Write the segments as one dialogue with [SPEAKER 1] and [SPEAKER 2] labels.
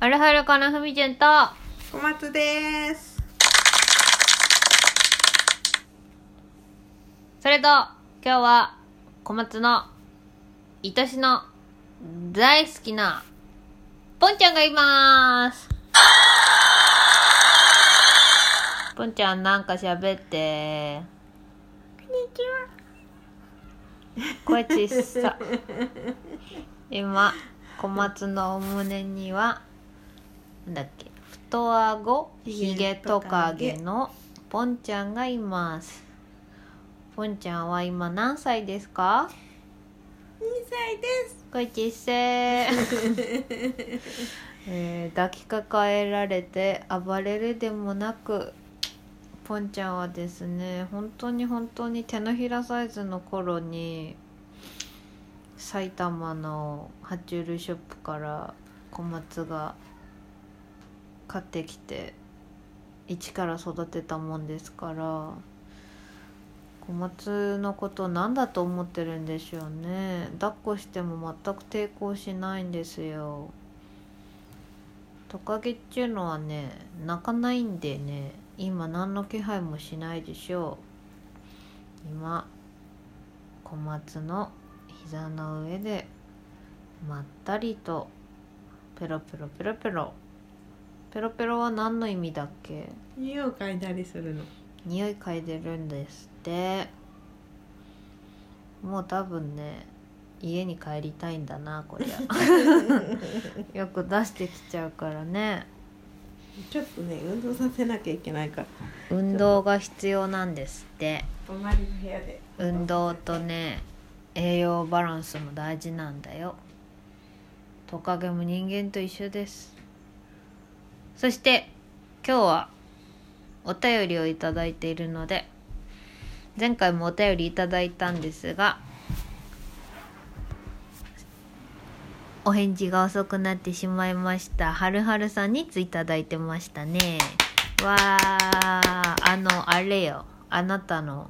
[SPEAKER 1] あるはるかなふみちゅんと
[SPEAKER 2] 小松です。
[SPEAKER 1] それと今日は小松の愛しの大好きなぽんちゃんがいますぽんちゃんなんか喋って
[SPEAKER 2] こんにちは。
[SPEAKER 1] 声ちっさ今小松のお胸にはなんだっけ太あごひげトカゲのポンちゃんがいますポンちゃんは今何歳ですか
[SPEAKER 2] 二歳です。
[SPEAKER 1] 声ちっせ ーえー抱きかかえられて暴れるでもなくポンちゃんはですね本当に本当に手のひらサイズの頃に埼玉の爬虫類ショップから小松が買ってきて一から育てたもんですから小松のことなんだと思ってるんでしょうね抱っこしても全く抵抗しないんですよトカゲっちゅうのはね泣かないんでね今何の気配もしないでしょう今小松の膝の上でまったりとペロペロペロペロペロペロは何の意味だっけ
[SPEAKER 2] 家を嗅いだりするの。
[SPEAKER 1] 匂い嗅いでるんですってもう多分ね家に帰りたいんだなこりゃよく出してきちゃうからね
[SPEAKER 2] ちょっとね、運動させなきゃいけないから。
[SPEAKER 1] 運動が必要なんですって
[SPEAKER 2] 隣の部屋で。
[SPEAKER 1] 運動とね栄養バランスも大事なんだよトカゲも人間と一緒ですそして今日はお便りをいただいているので前回もお便りいただいたんですがお返事が遅くなってしまいましたはるはるさんについただいてましたねわああのあれよあなたの
[SPEAKER 2] ん？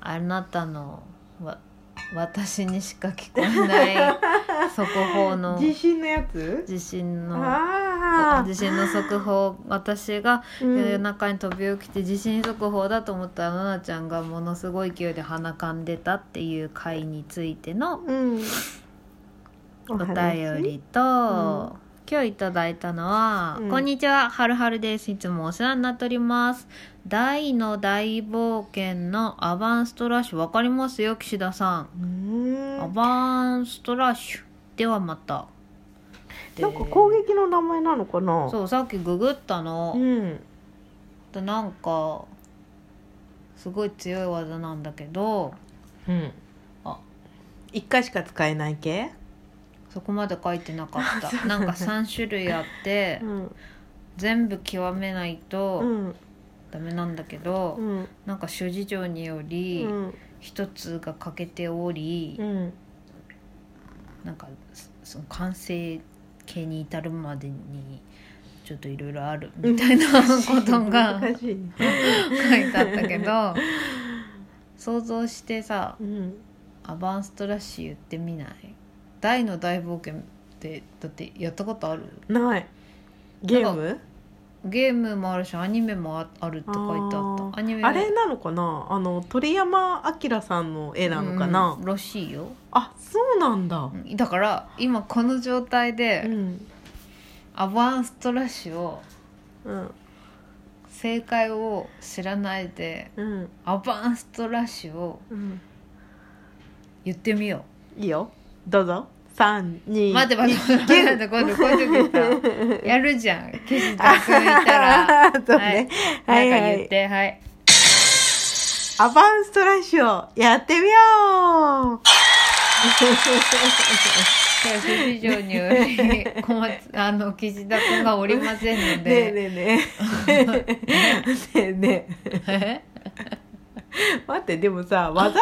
[SPEAKER 1] あなたのわ私にしか聞こえない速報 の
[SPEAKER 2] 地震のやつ？
[SPEAKER 1] 地震の
[SPEAKER 2] ああ。
[SPEAKER 1] 地震の速報私が
[SPEAKER 2] うん
[SPEAKER 1] 夜中に飛び起きて地震速報だと思ったら奈々ちゃんがものすごい勢いで鼻かんでたっていう回についての
[SPEAKER 2] うん。
[SPEAKER 1] お便りと、今日いただいたのは、
[SPEAKER 2] うん
[SPEAKER 1] こんにちははるはるですいつもお世話になっております大の大冒険のアバンストラッシュわかりますよ岸田さんア
[SPEAKER 2] お話。うーん。なんか
[SPEAKER 1] バンストラッシュではまた
[SPEAKER 2] 攻撃の名前なのかな。
[SPEAKER 1] そうさっきググったの、
[SPEAKER 2] うん。
[SPEAKER 1] でなんかすごい強い技なんだけど
[SPEAKER 2] うん。
[SPEAKER 1] あ
[SPEAKER 2] 一回しか使えない系？
[SPEAKER 1] そこまで書いてなか ったなんか3種類あって、
[SPEAKER 2] ん。
[SPEAKER 1] 全部極めないうと
[SPEAKER 2] ん。
[SPEAKER 1] ダメなんだけど、
[SPEAKER 2] うん。
[SPEAKER 1] なんか諸事情によ
[SPEAKER 2] う
[SPEAKER 1] り
[SPEAKER 2] ん。
[SPEAKER 1] 一つが欠けており、
[SPEAKER 2] うん。
[SPEAKER 1] なんかそその完成形に至るまでにちょっといろいろあるみたいなこと が
[SPEAKER 2] 難しい。
[SPEAKER 1] 書いてあったけど想像してさ
[SPEAKER 2] うん。
[SPEAKER 1] アバンストラッシュ言ってみない大の大冒険ってだってやったことある
[SPEAKER 2] ない。ゲーム？
[SPEAKER 1] ゲームもあるしアニメもああるって書いてあっ
[SPEAKER 2] あ
[SPEAKER 1] たアニメ
[SPEAKER 2] あれなのかなあの鳥山明さんの絵なのかな、
[SPEAKER 1] うんらしいよ
[SPEAKER 2] あそうなんだ
[SPEAKER 1] うんだから今この状態で、
[SPEAKER 2] うん、
[SPEAKER 1] アバンストラッシュを
[SPEAKER 2] うん
[SPEAKER 1] 正解を知らないで
[SPEAKER 2] うん
[SPEAKER 1] アバンストラッシュを
[SPEAKER 2] うん、
[SPEAKER 1] 言ってみよ
[SPEAKER 2] いいよどうぞ
[SPEAKER 1] う
[SPEAKER 2] 321
[SPEAKER 1] 待って待って待って待ってこういうとこういうとこ 言ったやるじゃん岸田君いたら
[SPEAKER 2] あ そうね
[SPEAKER 1] な
[SPEAKER 2] は
[SPEAKER 1] ん
[SPEAKER 2] い
[SPEAKER 1] か
[SPEAKER 2] は
[SPEAKER 1] 言っ
[SPEAKER 2] い
[SPEAKER 1] てはい
[SPEAKER 2] アバンストラッシュをやってみよう
[SPEAKER 1] 諸事情により小松あの岸田君がおりませんの
[SPEAKER 2] ねえ
[SPEAKER 1] で、
[SPEAKER 2] ねえね えねえね
[SPEAKER 1] え
[SPEAKER 2] え 待ってでもさ技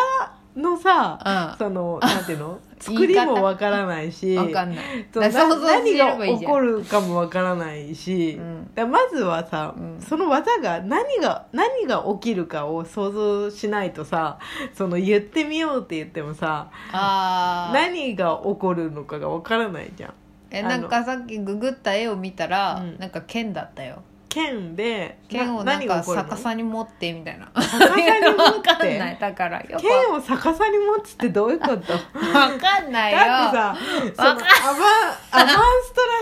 [SPEAKER 2] のさ
[SPEAKER 1] う
[SPEAKER 2] そのなんていうの
[SPEAKER 1] 言い
[SPEAKER 2] 作
[SPEAKER 1] 方
[SPEAKER 2] りもわからないし
[SPEAKER 1] んわかんない
[SPEAKER 2] そう
[SPEAKER 1] だから想
[SPEAKER 2] な
[SPEAKER 1] 像す
[SPEAKER 2] 何
[SPEAKER 1] れば
[SPEAKER 2] が
[SPEAKER 1] いい
[SPEAKER 2] 起
[SPEAKER 1] じゃ
[SPEAKER 2] こ
[SPEAKER 1] ん
[SPEAKER 2] るかもわからないし、
[SPEAKER 1] うん
[SPEAKER 2] だからまずはさ、
[SPEAKER 1] うん
[SPEAKER 2] その技が何が何が起きるかを想像しないとさその言ってみようって言ってもさ
[SPEAKER 1] あー
[SPEAKER 2] 何が起こるのかがわからないじゃん
[SPEAKER 1] え
[SPEAKER 2] あの
[SPEAKER 1] なんかさっきググった絵を見たら、
[SPEAKER 2] うん
[SPEAKER 1] なんか剣だったよ
[SPEAKER 2] 剣で
[SPEAKER 1] 剣をなんか逆
[SPEAKER 2] に
[SPEAKER 1] さに持ってみたいな
[SPEAKER 2] 逆さに持
[SPEAKER 1] わ
[SPEAKER 2] っ
[SPEAKER 1] かんない
[SPEAKER 2] て
[SPEAKER 1] だからよく
[SPEAKER 2] 剣を逆さに持つってどういうこと
[SPEAKER 1] わかんないよ
[SPEAKER 2] だってさその
[SPEAKER 1] わか
[SPEAKER 2] ア
[SPEAKER 1] ん
[SPEAKER 2] バンアバンストラ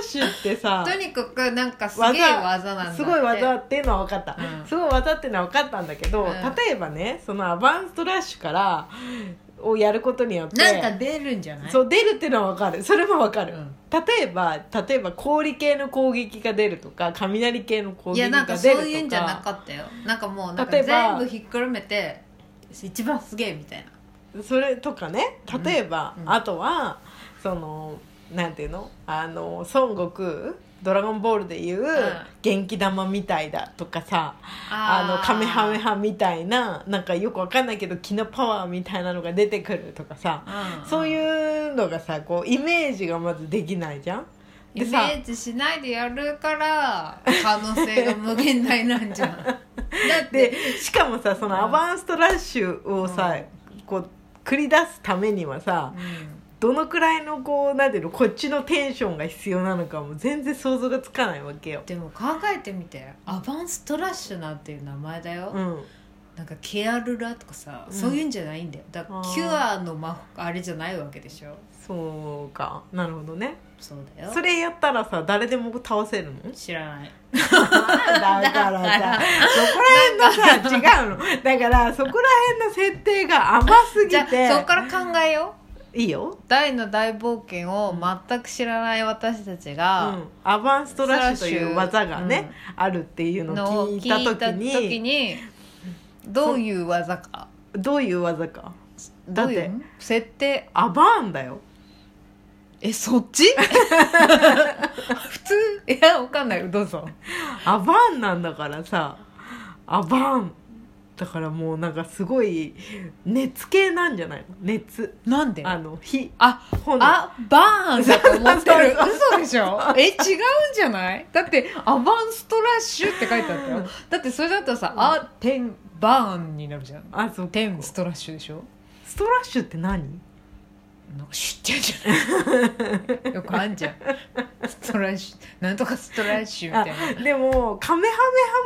[SPEAKER 2] ッシュってさ
[SPEAKER 1] とにかくなんかすげえ技なんだって
[SPEAKER 2] すごい技っていうのは分かった、
[SPEAKER 1] うん
[SPEAKER 2] すごい技っていうのは分かったんだけど、
[SPEAKER 1] うん
[SPEAKER 2] 例えばねそのアバンストラッシュからをやることによって
[SPEAKER 1] なんか出るんじゃない
[SPEAKER 2] そう出るっていうのは分かるそれも分かる、
[SPEAKER 1] うん
[SPEAKER 2] 例えば例えば氷系の攻撃が出るとか雷系の攻
[SPEAKER 1] い
[SPEAKER 2] 撃
[SPEAKER 1] やなん
[SPEAKER 2] が
[SPEAKER 1] か
[SPEAKER 2] 出
[SPEAKER 1] そう
[SPEAKER 2] るとか
[SPEAKER 1] いうんじゃなかったよなんかもうなんか
[SPEAKER 2] 例えば
[SPEAKER 1] 全部ひっくるめて一番すげえみたいな
[SPEAKER 2] それとかね例えば、
[SPEAKER 1] うんうん
[SPEAKER 2] あとはそのなんていうのあの孫悟空ドラゴンボールでいう、元気玉みたいだとかさあの
[SPEAKER 1] ー
[SPEAKER 2] カメハメハみたいななんかよくわかんないけど気のパワーみたいなのが出てくるとかさ
[SPEAKER 1] ん
[SPEAKER 2] そう
[SPEAKER 1] うん
[SPEAKER 2] いうのがさこうイメージがまずできないじゃん。
[SPEAKER 1] イ
[SPEAKER 2] で
[SPEAKER 1] メ
[SPEAKER 2] さ
[SPEAKER 1] ージしないでやるから可能性が無限大なんじゃ んだって
[SPEAKER 2] でしかもさそのアバンストラッシュをさ、こう繰り出すためにはさ、
[SPEAKER 1] うん
[SPEAKER 2] どのくらいのこうなんていうのこっちのテンションが必要なのかも全然想像がつかないわけよ。
[SPEAKER 1] でも考えてみてアバンストラッシュなんていう名前だよ、
[SPEAKER 2] うん、
[SPEAKER 1] なんかケアルラとかさ、
[SPEAKER 2] うん
[SPEAKER 1] そういうんじゃないんだよだから
[SPEAKER 2] あー
[SPEAKER 1] キュアの魔法あれじゃないわけでしょ
[SPEAKER 2] そうかなるほどね
[SPEAKER 1] そうだよ
[SPEAKER 2] それやったらさ誰でも倒せる の
[SPEAKER 1] 知らない
[SPEAKER 2] だからさそこら辺のさ違うのだからそこら辺の設定が甘すぎ
[SPEAKER 1] じゃ
[SPEAKER 2] て
[SPEAKER 1] あそこから考えよう
[SPEAKER 2] いいよ、
[SPEAKER 1] 大の大冒険を全く知らない私たち
[SPEAKER 2] う
[SPEAKER 1] が
[SPEAKER 2] ん、アバンストラッシュという技がね、あるっていうの
[SPEAKER 1] の
[SPEAKER 2] を
[SPEAKER 1] を
[SPEAKER 2] 聞
[SPEAKER 1] 聞
[SPEAKER 2] い
[SPEAKER 1] い
[SPEAKER 2] た
[SPEAKER 1] た
[SPEAKER 2] 時
[SPEAKER 1] 時
[SPEAKER 2] に
[SPEAKER 1] にどういう技か
[SPEAKER 2] どういう技かだって
[SPEAKER 1] どういう設定
[SPEAKER 2] アバーンだよ
[SPEAKER 1] えそっち 普通いやわかんないどうぞ
[SPEAKER 2] アバンなんだからさアバンだからもうなんかすごい熱系なんじゃないの熱
[SPEAKER 1] なんで
[SPEAKER 2] あ
[SPEAKER 1] あ
[SPEAKER 2] の火炎
[SPEAKER 1] あバーンだと思ってる
[SPEAKER 2] そう
[SPEAKER 1] 嘘でしょえ違うんじゃないだってアバンストラッシュって書いてあったよだってそれだったらさ、あテンバーンになるじゃん
[SPEAKER 2] あそう
[SPEAKER 1] テンストラッシュでしょ
[SPEAKER 2] ストラッシュって何
[SPEAKER 1] なんか知ってんじゃない よくあんじゃんストラッシュなんとかストラッシュみたいな
[SPEAKER 2] あでもカメハ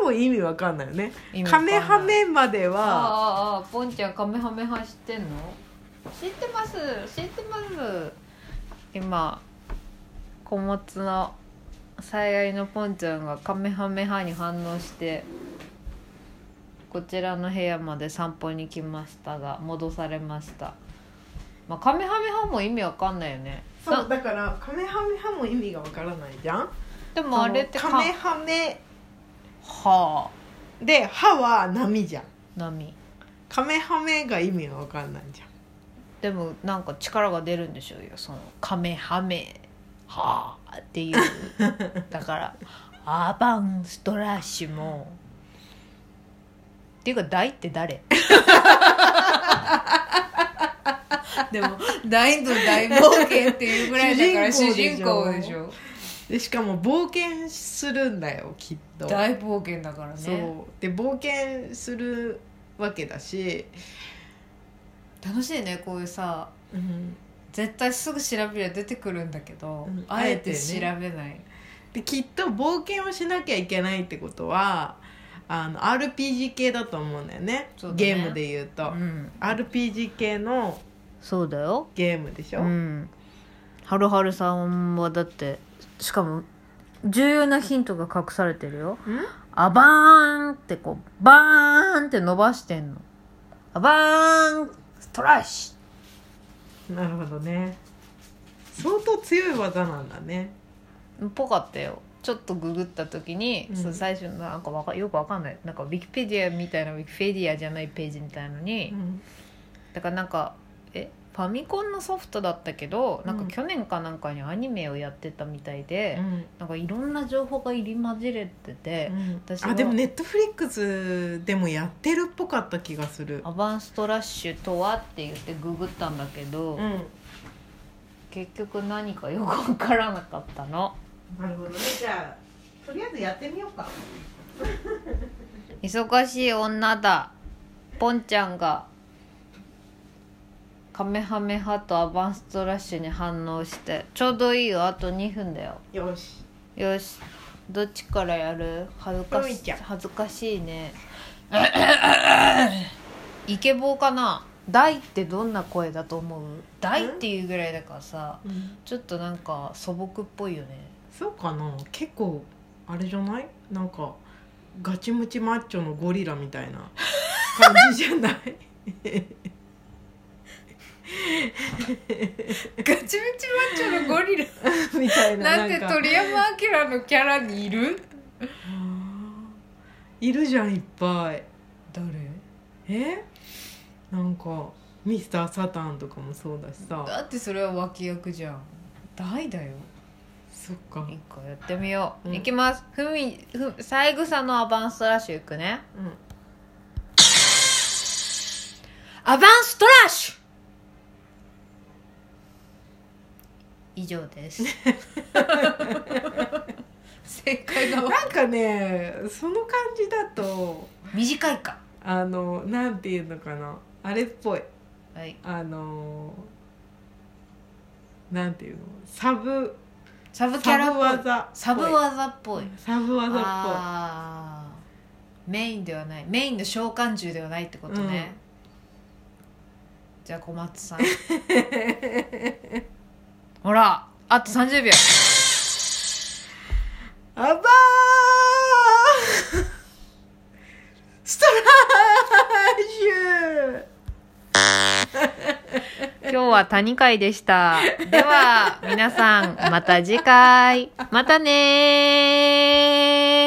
[SPEAKER 2] メハも意味わかんないよね
[SPEAKER 1] 意味わ
[SPEAKER 2] カ
[SPEAKER 1] かんな
[SPEAKER 2] メ
[SPEAKER 1] い
[SPEAKER 2] ハメまで
[SPEAKER 1] あ
[SPEAKER 2] は
[SPEAKER 1] あああポンちゃんカメハメハ知ってんの知ってます知ってます今小松の最愛のポンちゃんがカメハメハに反応してこちらの部屋まで散歩に来ましたが戻されましたまあカメハメハも意味わかんないよね
[SPEAKER 2] そ
[SPEAKER 1] な
[SPEAKER 2] うだからカメハメハも意味がわからないじゃん
[SPEAKER 1] でもあれって
[SPEAKER 2] その
[SPEAKER 1] か
[SPEAKER 2] カメハメ
[SPEAKER 1] はあ
[SPEAKER 2] で歯は波じゃん
[SPEAKER 1] 波
[SPEAKER 2] カメハメが意味がわかんないじゃん
[SPEAKER 1] でもなんか力が出るんでしょうよそのカメハメはあっていうだ からアバンストラッシュもっていうか大って誰でも大の大冒険っていうぐらいだから主
[SPEAKER 2] 主
[SPEAKER 1] 人
[SPEAKER 2] 人
[SPEAKER 1] 公
[SPEAKER 2] 公
[SPEAKER 1] で
[SPEAKER 2] で
[SPEAKER 1] し
[SPEAKER 2] し
[SPEAKER 1] ょ
[SPEAKER 2] でしかも冒険するんだよきっと
[SPEAKER 1] 大冒険だから
[SPEAKER 2] そ
[SPEAKER 1] ね
[SPEAKER 2] うで冒険するわけだし、
[SPEAKER 1] 楽しいねこういうさ絶対すぐ調べりゃ出てくるんだけど、
[SPEAKER 2] うん
[SPEAKER 1] あえて
[SPEAKER 2] あえ
[SPEAKER 1] 調
[SPEAKER 2] てね
[SPEAKER 1] べない、
[SPEAKER 2] できっと冒険をしなきゃいけないってことはあの RPG 系だと思うんだよね
[SPEAKER 1] そうだね
[SPEAKER 2] ゲームで言うと、
[SPEAKER 1] うん、
[SPEAKER 2] RPG 系の
[SPEAKER 1] そうだよ
[SPEAKER 2] ゲームでしょ、
[SPEAKER 1] うん、はるはるさんはだってしかも重要なヒントが隠されてるよ「あばーン」ってこう「バーン」って伸ばしてんの「あばーン」ストラッシ
[SPEAKER 2] なるほどね相当強い技なんだね
[SPEAKER 1] ュっぽかったよちょっとググった時に、
[SPEAKER 2] うん
[SPEAKER 1] そう最初のなんかわかよくわかんないなんかウィキペディアみたいなウィキペディアじゃないページみたいのに、
[SPEAKER 2] うん
[SPEAKER 1] だからなんかえファミコンのソフトだったけどなんか去年かなんかにアニメをやってたみたいで、なんかいろんな情報が入り混じれてて、私は
[SPEAKER 2] あでもネットフリックスでもやってるっぽかった気がする
[SPEAKER 1] アバンストラッシュとはって言ってググったんだけど、
[SPEAKER 2] うん
[SPEAKER 1] 結局何かよくわからなかったの
[SPEAKER 2] なるほどねじゃあとりあえずやってみようか
[SPEAKER 1] 忙しい女だポンちゃんがカメハメハとアバンストラッシュに反応してちょうどいいよあと2分だよ
[SPEAKER 2] よし
[SPEAKER 1] よしどっちからやる恥ずか
[SPEAKER 2] ふみ
[SPEAKER 1] し
[SPEAKER 2] ちゃん
[SPEAKER 1] 恥ずかしいね イケボーかな大ってどんな声だと思う大っていうぐらいだからさちょっとなんか素朴っぽいよね
[SPEAKER 2] そうかな結構あれじゃないなんかガチムチマッチョのゴリラみたいな感じじゃない
[SPEAKER 1] ガチムチマッチョのゴリラ
[SPEAKER 2] みたいな
[SPEAKER 1] なんで
[SPEAKER 2] か
[SPEAKER 1] 鳥山明のキャラにいる
[SPEAKER 2] あーいるじゃんいっぱい
[SPEAKER 1] 誰
[SPEAKER 2] えなんかミスター・サタンとかもそうだしさ
[SPEAKER 1] だってそれは脇役じゃん大だよ
[SPEAKER 2] そっか
[SPEAKER 1] 一個やってみよう、
[SPEAKER 2] うん
[SPEAKER 1] いきますふみふ三枝のアバンストラッシュいくね
[SPEAKER 2] うん
[SPEAKER 1] アバンストラッシュ以上です正解が
[SPEAKER 2] なんかねその感じだと
[SPEAKER 1] 短いか
[SPEAKER 2] あのなんていうのかなあれっぽい
[SPEAKER 1] はい
[SPEAKER 2] あのなんていうのサブ
[SPEAKER 1] サブキャ
[SPEAKER 2] サ
[SPEAKER 1] ラ
[SPEAKER 2] ブ
[SPEAKER 1] っぽい
[SPEAKER 2] 技
[SPEAKER 1] サブ技っぽい
[SPEAKER 2] サブ技っ
[SPEAKER 1] あーメインではないメインの召喚獣ではないってことね、じゃあ小松さんほらあと30秒
[SPEAKER 2] ぽいあばーストラッシュ
[SPEAKER 1] 今日は谷会でしたでは皆さんまた次回またねー